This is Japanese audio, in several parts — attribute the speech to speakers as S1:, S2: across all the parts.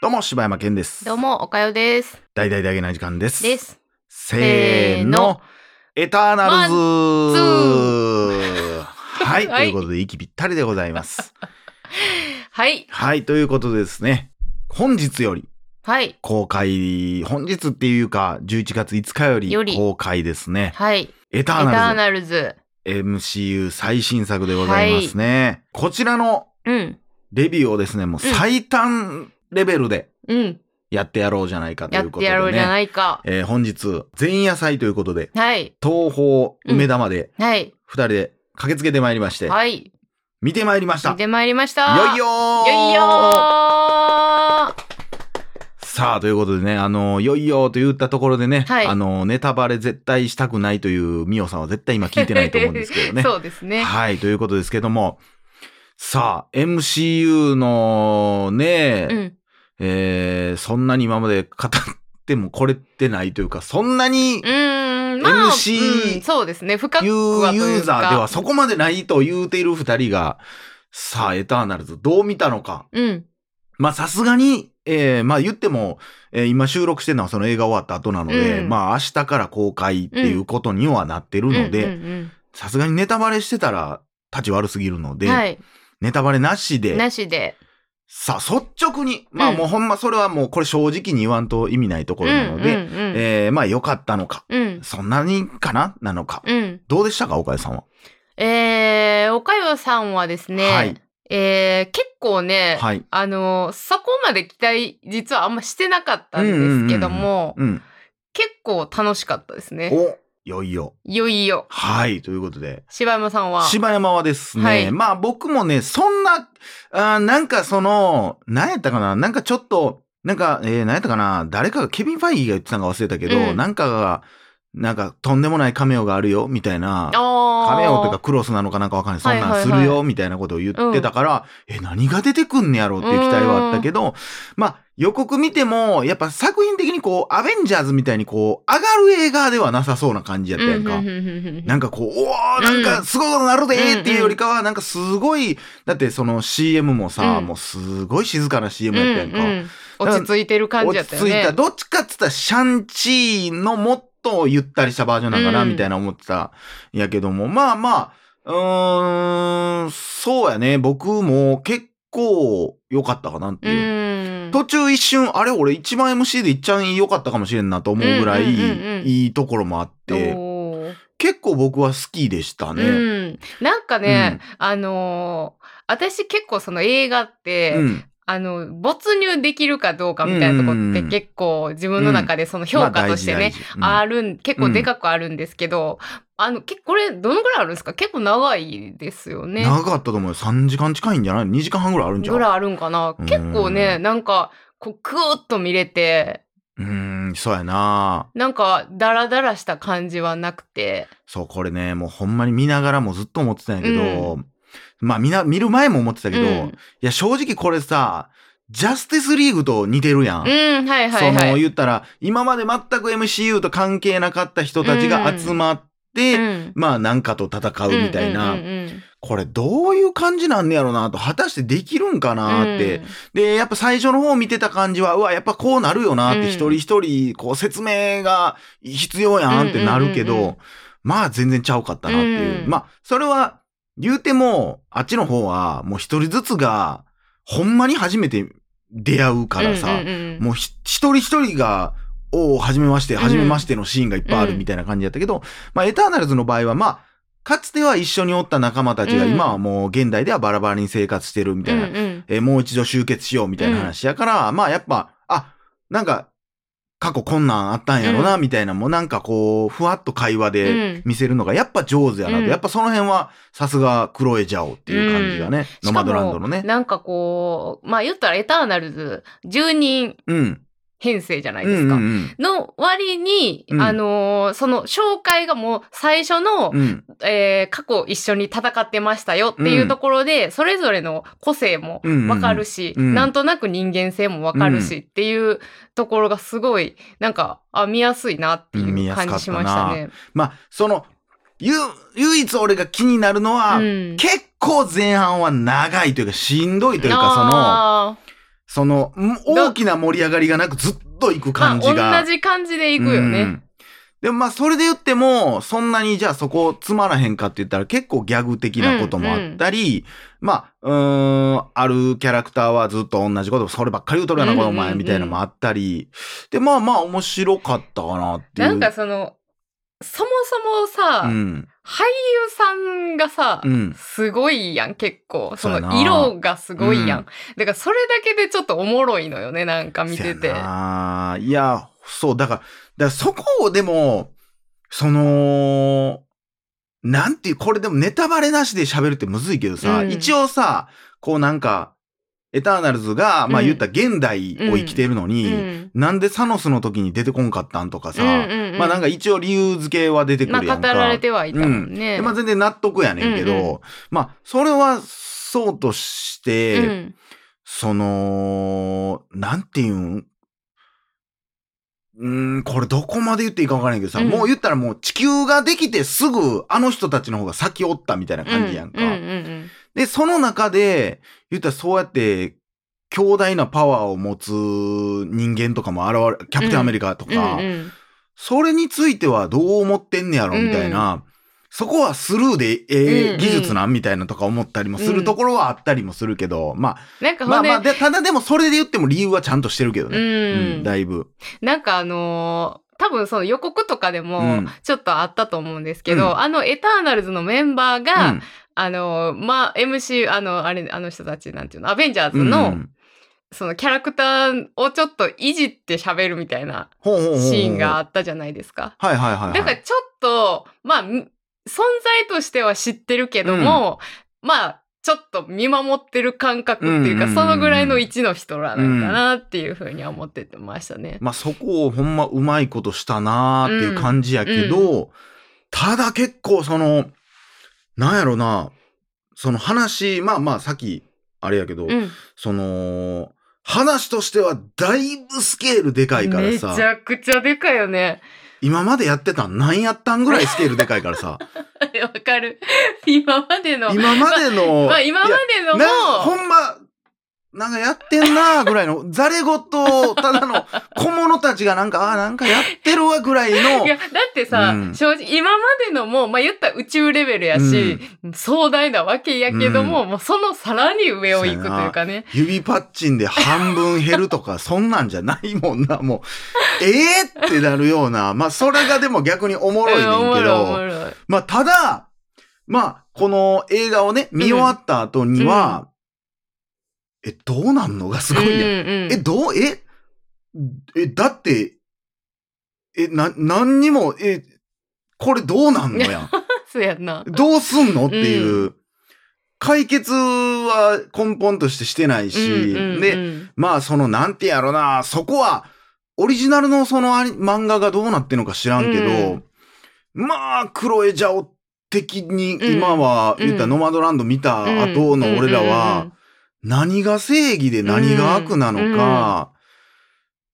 S1: どうも柴山健です。
S2: どう。も、おかよです。
S1: 大々大げな時間です。
S2: です。
S1: せー
S2: せー
S1: の
S2: の。
S1: エターナルズ
S2: ツ
S1: はい、
S2: は
S1: とい
S2: い
S1: うことで息ぴったりでございます。
S2: はい。
S1: はいということでですね本日より
S2: はい。
S1: 公開本日っていうか11月5日よ
S2: よ
S1: り
S2: り
S1: 公開ですね
S2: はい。エ
S1: エタ
S2: タ
S1: ーナ
S2: ー
S1: ルズ
S2: ナルズ。
S1: MCU 最新作でございますね、こちらの
S2: うん。
S1: レビューをですねもう最短レベルで
S2: うん。
S1: やってやろうじゃないかとい
S2: や
S1: う
S2: っ
S1: ことで
S2: てやろうじゃ
S1: ね
S2: ないか。
S1: えー本日前夜祭ということで
S2: はい。
S1: 東宝梅田まで
S2: はい。
S1: 2人で駆けつけてまいりまして、
S2: はい。
S1: 見てまいりました
S2: 見てまいりました。
S1: よいよー
S2: よいよー
S1: さあということでねあのよいよーと言ったところでね、
S2: はい
S1: あのネタバレ絶対したくないというミオさんは絶対今聞いてないと思うんですけどね。
S2: そうですね。
S1: はいということですけどもさあ MCU のね、
S2: うん。
S1: えーそんなに今まで語ってもこれってないというかそんなに
S2: うーん。まあ、
S1: MC
S2: うんそうですね。深く
S1: 言う
S2: はと
S1: ユ
S2: い
S1: ー
S2: う
S1: ザ
S2: か。
S1: ーではそこまでないと言うている2人がさあエターナルズどう見たのか
S2: うん。
S1: まあさすがに、えーまあ言っても、えー今収録してるのはその映画終わった後なので、
S2: うん
S1: まあ明日から公開っていうことにはなってるの
S2: うん
S1: で、
S2: うん
S1: さすがにネタバレしてたら立ち悪すぎるの
S2: う
S1: で、
S2: んはい。
S1: ネタバレなしで、
S2: なしで。
S1: さあ率直に、まあ
S2: うん
S1: もうほんまそれはもうこれ正直に言わんと意味ないところなので、
S2: うんうんうん
S1: えーまあ良かったのか、
S2: うん。
S1: そんなにかななのか、
S2: うん。
S1: どうでしたか岡谷さんは。
S2: えー、おかよさんはですね、
S1: はい
S2: えー結構ね、
S1: はい。
S2: あのそこまで期待実はあんましてなかったんですけども、
S1: うん。
S2: 結構楽しかったですね。
S1: お、いよいよ。
S2: いよいよ。
S1: はい、ということで、
S2: 柴山さんは。
S1: 柴山はですね、
S2: はい
S1: まあ僕もね、そんな、あーなんかその、何やったかな、なんかちょっと、なんか、えー、何やったかな、誰かが、ケビン・ファイギーが言ってたのか忘れたけど、
S2: うん
S1: なんかが、なんかとんでもないカメオがあるよ、みたいな。
S2: あ
S1: カメオというか
S2: か
S1: クロスなのかなんかわかんない。そんなんす
S2: は
S1: る
S2: いはい
S1: よ、みたいなことを言ってたから、え、何が出てくんねやろうっていう期待はあったけど、まあ予告見ても、やっぱ作品的にこう、アベンジャーズみたいにこう、上がる映画ではなさそうな感じやったやんか。なんかこう、おーなんかすごいことなるでーっていうよりかは、なんかすごい、だってその CM もさ、
S2: うん
S1: もうすごい静かな CM やったやんか。
S2: 落ち着いてる感じ
S1: 落
S2: やっ
S1: ち
S2: た
S1: 着
S2: よ
S1: い
S2: ね。
S1: た。どっちかっつったらシャンチーのもっとゆったりしたバージョンなんかな、
S2: うん
S1: みたいな思ってたんやけども、まあまあ、うーん、そうやね。僕も結構良かったかなっていう。
S2: うん。
S1: 途中一瞬、あれ俺一番 MC でいっちゃん良かったかもしれんなと思うぐらい、
S2: うんうんうんうん
S1: いいところもあって、
S2: おー
S1: 結構僕は好きでしたね。
S2: うん、なんかね、あのー私結構その映画って、
S1: うん
S2: あの、没入できるかどうかみたいなとこ
S1: うんうん
S2: っ
S1: う
S2: て
S1: ん
S2: 結構自分の中でその評価としてね、。
S1: ま
S2: あ
S1: あ
S2: るん、結構でかくあるんですけど、あの、けこれどのぐらいあるんですか結構長いですよ
S1: 大事大事うん
S2: ね。
S1: 長かったと思うよ。3時間近いんじゃない ?2 時間半ぐらいあるんじゃん。
S2: ぐらいあるんかな
S1: うん
S2: 結構ね、なんか、こう、クーッと見れて、
S1: うーん、そうやな
S2: なんか、ダラダラした感じはなくて。
S1: そう、これね、もうほんまに見ながらもずっと思ってたんやけど、まあみな、見る前も思ってたけど、
S2: うん
S1: いや、正直これさ、ジャスティスリーグと似てるやん。
S2: うん、はいは
S1: そ
S2: いはい。
S1: の、言ったら、今まで全く MCU と関係なかった人たちが集まって、
S2: うん
S1: まあなんかと戦うみたいな、
S2: うんうんうん
S1: これどういう感じなんねやろなと、果たしてできるんか
S2: うん
S1: なって、で、やっぱ最初の方見てた感じは、うわ、やっぱこうなるよなっ
S2: う
S1: て、
S2: ん
S1: 一人一人、こう説明が必要やんってなるけど、
S2: うんうんうんうん
S1: まあ全然ちゃうかったなっていう。
S2: うん
S1: まあ、それは、言うても、あっちの方は、もう一人ずつが、ほんまに初めて出会うからさ、
S2: うんうんうん
S1: もうひ一人一人が、おお、はじめまして、はじめましてのシーンがいっぱいあるみたいな感じだったけど、まあ、エターナルズの場合は、まあ、かつては一緒におった仲間たちが、
S2: うん
S1: 今はもう現代ではバラバラに生活してるみたいな
S2: うんうん
S1: えーもう一度集結しようみたいな話やから、まあやっぱ、あ、なんか、過去こんなんあったんやろな、みたいな、もうなんかこう、ふわっと会話で
S2: うん
S1: 見せるのが、やっぱ上手やなと、
S2: うん
S1: やっぱその辺は、さすがクロエジャオっていう感じがね、ノマドランドの
S2: しかも
S1: ね。
S2: なんかこう、まあ言ったらエターナルズ10人
S1: うん。
S2: 編成じゃない
S1: うん
S2: で
S1: う
S2: す
S1: ん
S2: か。
S1: うん。
S2: の割に、
S1: うん
S2: あのーその紹介がもう最初の、
S1: うん。
S2: えー過去一緒に戦ってましたよっていうところで、それぞれの個性も
S1: うんうんうん
S2: わかるし、
S1: うん
S2: なんとなく人間性もわかるしっていうところがすごい、なんか、あ、見やすいなって
S1: うん見
S2: い
S1: や
S2: う
S1: すかっ
S2: 感
S1: たな
S2: じしましたね。
S1: まあ、その、ゆ、唯一俺が気になるのは、
S2: うん
S1: 結構前半は長いというか、しんどいというか、
S2: あ
S1: そ
S2: ー
S1: の、その、ん大きな盛り上がりがなくずっと行く感じが。
S2: まあ、同じ感じでいくよ
S1: う
S2: ね。
S1: んでもまあそれで言っても、そんなにじゃあそこつまらへんかって言ったら結構ギャグ的なこともあったり、まあ、うーん、あるキャラクターはずっと同じこと、そればっかり言うとるようなこ
S2: うん
S1: の
S2: うんうん
S1: 前みたいなのもあったり、で、まあまあ面白かったかなっていう。
S2: なんかその、そもそもさ、
S1: うん、
S2: 俳優さんがさ、
S1: うん。
S2: すごいやん、結構。そ
S1: そうやな
S2: の色がすごいやん。
S1: うん
S2: だからそれだけでちょっとおもろいのよね、なんか見て
S1: せ
S2: て。
S1: やなあいや、そう、だから、だからそこをでも、その、なんていう、これでもネタバレなしで喋るってむずいけどさ、
S2: うん
S1: 一応さ、こうなんか、エターナルズが、まあ
S2: うん
S1: 言ったら現代を生きてるの
S2: う
S1: に、
S2: ん。
S1: なんでサノスの時に出てこんかったんとかさ、
S2: うんうんうん
S1: まあなんか一応理由付けは出てく
S2: まあ
S1: るやん
S2: 語
S1: か。
S2: られてはいたもんね。
S1: でまあ全然納得やねんけど、
S2: うんう
S1: まあそれはそうとして、
S2: うん
S1: その、なんていうんうーん、これどこまで言っていいか分からんけどさ、
S2: うん
S1: もう言ったらもう地球ができてすぐあの人たちの方が先おったみたいな感じやんか。
S2: ううんうん
S1: で、その中で、言ったらそうやって、強大なパワーを持つ人間とかも現れ、キャプテンアメリカと
S2: うん
S1: か、
S2: うんうん
S1: それについてはどう思ってんねやろみたいな、そこはスルーでえ
S2: うんう
S1: え
S2: ん
S1: 技術なんみたいなとか思ったりもするところはあったりもするけど、まあ、
S2: なんか
S1: ま
S2: ほ
S1: あ
S2: んで、
S1: まあ、でただでもそれで言っても理由はちゃんとしてるけど
S2: う、
S1: ね。うんだいぶ。
S2: なんかあのー多分その予告とかでも
S1: うん
S2: ちょっとあったと思うんですけど、
S1: うん
S2: あのエターナルズのメンバーが、
S1: うん
S2: あのーまあ MC あのあれあの人たちなんていうのアベンジャーズ
S1: うん
S2: の、
S1: うん
S2: そのキャラクターをちょっといじって喋るみたいな
S1: ほうほうほうほう
S2: シーンがあ。ったじゃないですか。
S1: はいはいはいはい。
S2: だからちょっとまあみ存在としては知ってるけども、まあちょっと見守ってる感覚っていうか、
S1: うんうんうんうん
S2: そのぐらいの位置の人らなんだなっていうふうには思っててましたね。
S1: まあそこをほんまうまいことしたなーっていう感じやけど、ただ結構その、なんやろな、その話、まあまあさっき、あれやけど、
S2: うん
S1: その、話としてはだいぶスケールでかいから
S2: めち
S1: さ、
S2: ゃくちゃでかいよね。
S1: 今までやってたん何やったんぐらいスケールでかいから さ、
S2: わかる。今までの。
S1: 今までの、
S2: まあ今までの
S1: なほ
S2: も、
S1: んま、なんかやってんなーぐらい の、ざれ言を、ただの小物たちがなんか、あーなんかやってるわぐらいの
S2: いや、、だってさ、
S1: うん
S2: 正直、今までのも、まあ言ったら宇宙レベルやし、壮大なわけやけども、もうそのさらに上を行くというかね。
S1: 指パッチンで半分減ると か、そんなんじゃないもんな、もう、えーってなるような、まあ、それがでも逆におもろいね
S2: うんお
S1: ん
S2: も
S1: け
S2: ろいおも
S1: ど、
S2: ろい。
S1: まあ、ただ、まあ、この映画をね、見終わった後には、え、どうなんのがすごいやん。
S2: うんうん
S1: え、どう、え、え、だって、え、な、何にも、え、これどうなんのや ん。
S2: そうやんな。
S1: どうすんのっていう、
S2: う
S1: 解決は根本としてしてないし、で、まあその、なんてやろな、そこは、オリジナルのそのアニ漫画がどうなってんのか知らんけど、まあ、クロエジャオ的に今は、
S2: うん
S1: 言ったらノマドランド見た後の俺らは、何が正義で何が悪なのか、っ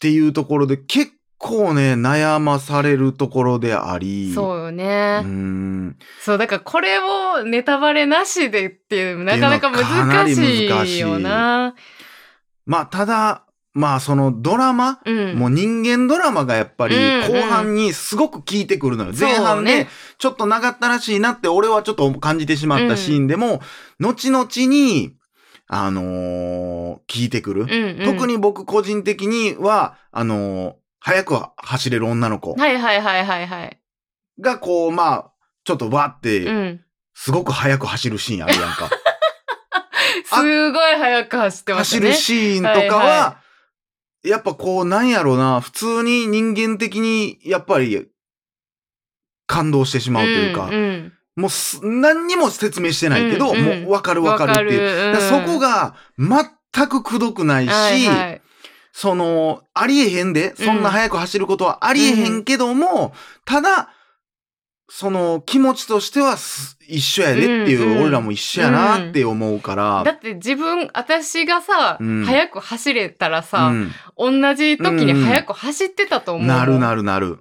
S1: ていうところで結構ね、悩まされるところであ
S2: うんうんうんうん
S1: り、
S2: そうよ
S1: う
S2: ね、
S1: ーん。
S2: そう、だからこれをネタバレなしでっていう、なかなか難しいよな。
S1: まあ、ただ、まあ、そのドラマ、
S2: うん。
S1: もう人間ドラマがやっぱり
S2: うん
S1: 後半にすごく効いてくるのよ。
S2: ん
S1: 前半
S2: そう
S1: で
S2: ね
S1: ちょっと長ったらしいなって俺はちょっと感じてしまったシーンでも、後々に、あのー効いてくる。
S2: うんうん
S1: 特に僕個人的には、あのー早く走れる女の子
S2: はいはいはいはいはい。
S1: がこう、まあ、ちょっとわっ
S2: う
S1: て、
S2: ん。
S1: すごく早く走るシーンあるやん か。
S2: すごい速く走ってました
S1: 走
S2: ね。
S1: るシーンとかは、
S2: はいは
S1: やっぱこう、なんやろうな、普通に人間的に、やっぱり、感動してしまうというか、
S2: んん
S1: もうす何にも説明してないけど、
S2: うんうん
S1: もうわかるわかるっていう。だ
S2: うん
S1: からそこが全くくどくないし、
S2: はいはい
S1: その、ありえへんで、そんな早く走ることはありえへんけども、ただ、その気持ちとしてはす一緒やでっていう、
S2: うんうん
S1: 俺らも一緒やなって思うから。
S2: だって自分私がさ、
S1: うん
S2: 早く走れたらさ、
S1: うん
S2: 同じ時に早く走ってたと思うもん、
S1: なるなるなる。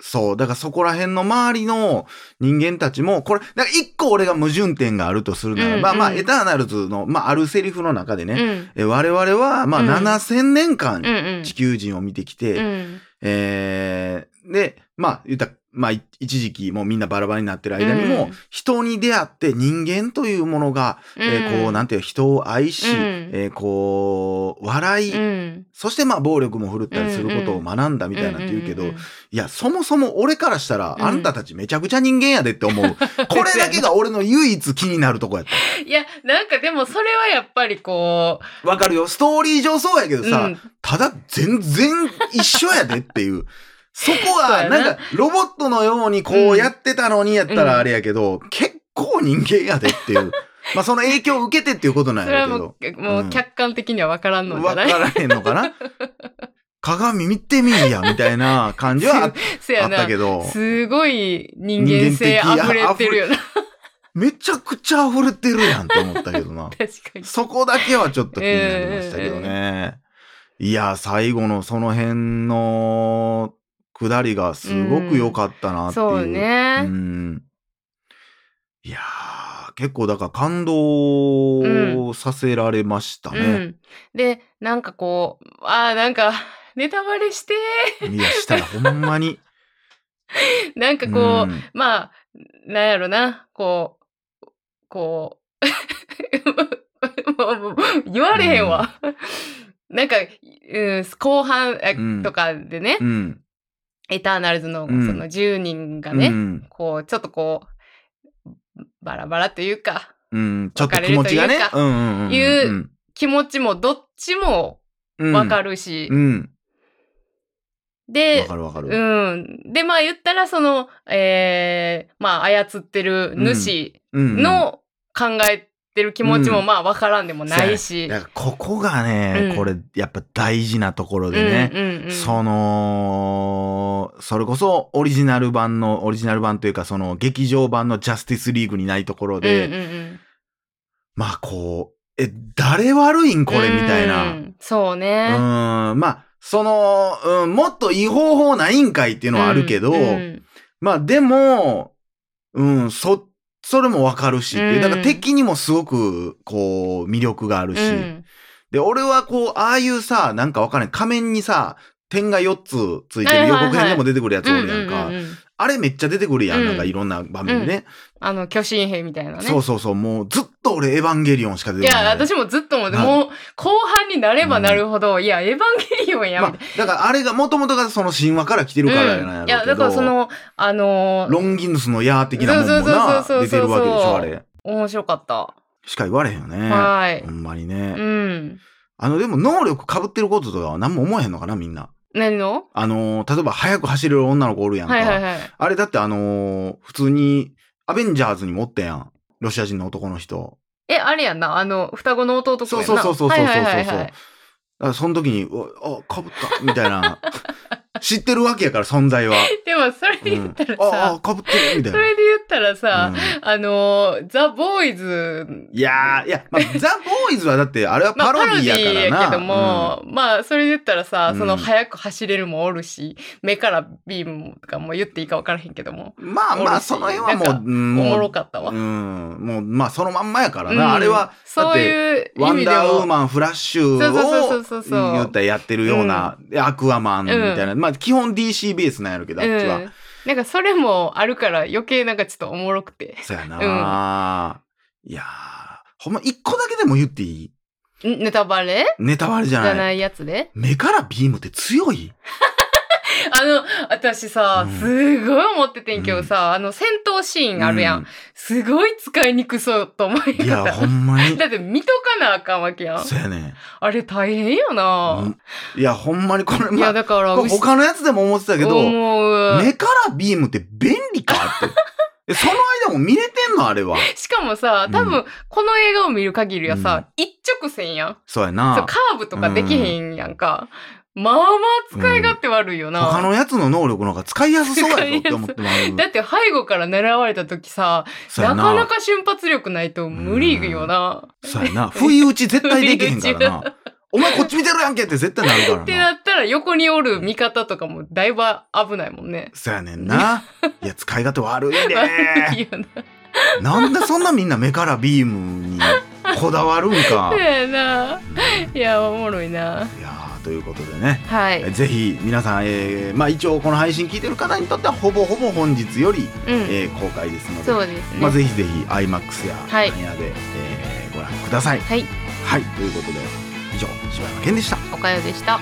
S1: そう。だからそこら辺の周りの人間たちも、これ、だから一個俺が矛盾点があるとするならば、
S2: うんうん
S1: まあ、エターナルズの、まあ、あるセリフの中でね、
S2: うん
S1: え我々は、まあ、
S2: うん
S1: 7000年
S2: うん
S1: 間
S2: うん
S1: 地球人を見てきて、
S2: うん
S1: えーで、まあ、言ったらまあ、い一時期もうみんなバラバラになってる間にも、
S2: うん
S1: 人に出会って人間というものが、えーこう、なんていう人を愛し、
S2: うん
S1: えーこう、笑い、
S2: うん
S1: そしてまあ、暴力も振るったりすることを学んだみたいなって言うけど、いや、そもそも俺からしたら、
S2: うん
S1: あんたたちめちゃくちゃ人間やでって思う。これだけが俺の唯一気になるとこやっ
S2: いやなんかでもそれはやっぱりこ
S1: た。わかるよ。ストーリー上そうやけど
S2: う、
S1: さ、
S2: うん
S1: ただ全然一緒やでっていう。そこ
S2: そう
S1: は、
S2: やな
S1: なんか、ロボットのようにこうやってたのにやったらあれやけど、結構人間やでっていう。まあその影響を受けてっていうことなん
S2: それ
S1: や
S2: は
S1: ろう
S2: も
S1: けど
S2: う。も
S1: うん
S2: う客観的には分からんのじ
S1: わ
S2: ゃ
S1: か
S2: ない、
S1: らへんのかな鏡見てみいや、みたいな感じはあ
S2: せ
S1: あ
S2: や
S1: った
S2: な
S1: けど。
S2: すごい人間性
S1: 人間的
S2: 溢れてるよな。
S1: めちゃくちゃ溢れてるやんって思ったけどな
S2: 確かに
S1: そこだけはちょっと気になりましたけどね。いや、最後のその辺の下りがすごく良かったなっていう。
S2: そう
S1: う
S2: ね、
S1: ん。いやー、結構だから感動させられました
S2: う
S1: ね。
S2: ん、でなんかこうあーなんかネタバレして
S1: いや、したらほんまに。
S2: なんかこう、
S1: ん
S2: まあ、なんやろな、こう、こう、もうもう言われへんわ。なんか、うん、後半え
S1: うん
S2: とかでね、
S1: うん。
S2: エターナルズの
S1: うん
S2: その10人が
S1: う
S2: ね、
S1: ん。
S2: こう、ちょっとこう、バラバラというか、
S1: うん。ちょっと気持ちがね
S2: 別れる。と
S1: うんうんうん。
S2: いう気持ちもどっちも
S1: うん。
S2: わか
S1: る。
S2: るし、
S1: うん。わ
S2: で
S1: か、るわかる。
S2: うん。で、まあ言ったら、その、えー、まあ操ってる主、
S1: うん
S2: の考えてる気持ち
S1: う
S2: も
S1: ん
S2: まあ分からんでもないし。
S1: だからここがね、
S2: うん
S1: これやっぱ大事なところ
S2: うん
S1: でね、
S2: うんうん
S1: そのそれこそオリジナル版のオリジナル版というかその劇場版のジャスティスリーグにないところで、
S2: うんうんうん
S1: まあこうえ誰悪いんこれみたいな、う
S2: うんんそうね。
S1: まあその、うん、もっといい方法ないんかいっていうのはあるけど、
S2: うんうん
S1: まあでも、うん、そそれもわかるしっていう、
S2: うん
S1: だから敵にもすごくこう魅力があるし。
S2: うん
S1: で、俺はこう、ああいうさ、なんかわかんない、仮面にさ、点が4つついて
S2: は
S1: る
S2: い
S1: 予
S2: はいはい
S1: 告編でも出てくるやつおるやん
S2: うん
S1: か。
S2: うんうん
S1: あれめっちゃ出てくるやん、
S2: うん
S1: なんかいろんな場面でね。
S2: あの巨神兵みたいなね。
S1: そうそうそう、もうずっと俺エヴァンゲリオンしか出
S2: い
S1: てこない。
S2: や私もずっと思って、
S1: はい
S2: もう後半になればなるほど、いやエヴァンゲリオンやみ
S1: ま
S2: たい
S1: あ、だからあれがもともとがその神話から来てる
S2: な
S1: からなん
S2: う
S1: やろうん
S2: い
S1: けど、
S2: やだからそのあの
S1: ロンギヌスのヤー的なもんもな、
S2: そうそうそうそうそう
S1: 出てるわけでしょ、あれ。
S2: 面白かった。
S1: しか言われへんよね。
S2: はい
S1: ほ。んまにね。
S2: うん。
S1: あの、でも能力被ってることとかは何も思えへんのかな、みんな。
S2: 何の？
S1: あのー例えば早く走れる女の子おるやんか。
S2: はいはいはい。
S1: あれだってあのー普通に、アベンジャーズにもおったやん。ロシア人の男の人。
S2: えあれやんなあの双子の弟くんや
S1: そ
S2: ん
S1: う
S2: な。
S1: そうそうそうそうそうそう。
S2: はいはいはい
S1: だ
S2: はい
S1: か。らその時に、うわあ、かぶった、みたい な。知ってるわけやから、存在は。
S2: でもそれ
S1: う
S2: で言っ
S1: ん
S2: たら、さ、
S1: ああ、かぶってる、みたい
S2: そ
S1: な。
S2: れで言ったらさ、
S1: うん
S2: あのーザ・ボーイズ
S1: いやー、いや、まあ、ザ・ボーイズはだって、あれは
S2: ま
S1: パ
S2: あ
S1: ロディや
S2: パロディ
S1: か
S2: やけ
S1: ら
S2: ど
S1: な。
S2: も、まあそれで言ったらさ、
S1: うん
S2: その早く走れるもおるし目からビームとかもう言っていいか分からへんけども
S1: うんまあまあ、その辺はも
S2: な
S1: う、
S2: ん
S1: うん
S2: お
S1: も
S2: もろ
S1: う、
S2: かったわ、
S1: うん、もう、まあ、そのまんまやから
S2: うん
S1: な。あれは、だっ
S2: そう
S1: て、
S2: いう意
S1: ワン
S2: 味で
S1: ダーウー
S2: は
S1: マン、フラッシュを
S2: そうそうそうそうそう
S1: 言ったらやってるような、でアクアマンみたいな、まあ基本 DC ベースなんやろけど、あっちは。
S2: うん、なんかそれもあるから余計なんかちょっとおもろくて
S1: そやな、いやーほんま一個だけでも言っていい
S2: んネタバレ
S1: ネタバレじ
S2: じ
S1: ゃない
S2: ゃないやつで
S1: 目からビームって強い
S2: あの、私さ
S1: うん、
S2: すごい思っててんけ
S1: う
S2: ど
S1: ん
S2: さ、あの戦闘シーンあるやん。すごい使いにくそうと思い
S1: うんい
S2: な
S1: や
S2: が
S1: ほ
S2: ら。
S1: んまに
S2: だって見とかなあかんわけやん。
S1: そやね、
S2: あれ大変よな。
S1: うんいやほんまにこれ
S2: い
S1: ま
S2: や、
S1: あ
S2: だから、
S1: これ他のやつでも思ってたけど
S2: 思う
S1: 目からビームって便利か ってえその間も見れてんのあれは
S2: しかもさ、多
S1: う
S2: 分、この映画を見る限りはさ、一直線やん。
S1: そうや
S2: そう
S1: な
S2: カーブとかできへんやんか。まあまあ使い勝手悪いよ
S1: 他
S2: な。
S1: のやつの能力の方が使いやすそうやぞって思ってもらう
S2: だって背後から狙われた時さ、
S1: そうやな
S2: なかなか瞬発力ないと無理よな。
S1: そうやな。不意打ち絶対できへんからな。お前こっち見てるやんけって絶対なる
S2: っ
S1: か
S2: て
S1: ら な。
S2: なったら横におる味方とかもだいぶ危ないもんね。
S1: そやねんな。いや、使い勝手悪い
S2: 悪
S1: ね。
S2: いよな。
S1: なんでそんなみんな目からビームにこだわるん か。
S2: そうやな。
S1: うんい
S2: いや、おもろいな。
S1: やーということでね。
S2: はい。うん。
S1: ぜひ皆さん、えーまあ、一応この配信聞いてる方にとってはほぼほぼ本日より、えー公開ですので、
S2: そうですね。
S1: まあ、ぜひぜひ iMAX や
S2: はい
S1: なんやで、えーご覧ください。
S2: はい。
S1: はい、ということで以上柴山健でした。
S2: おかよでした。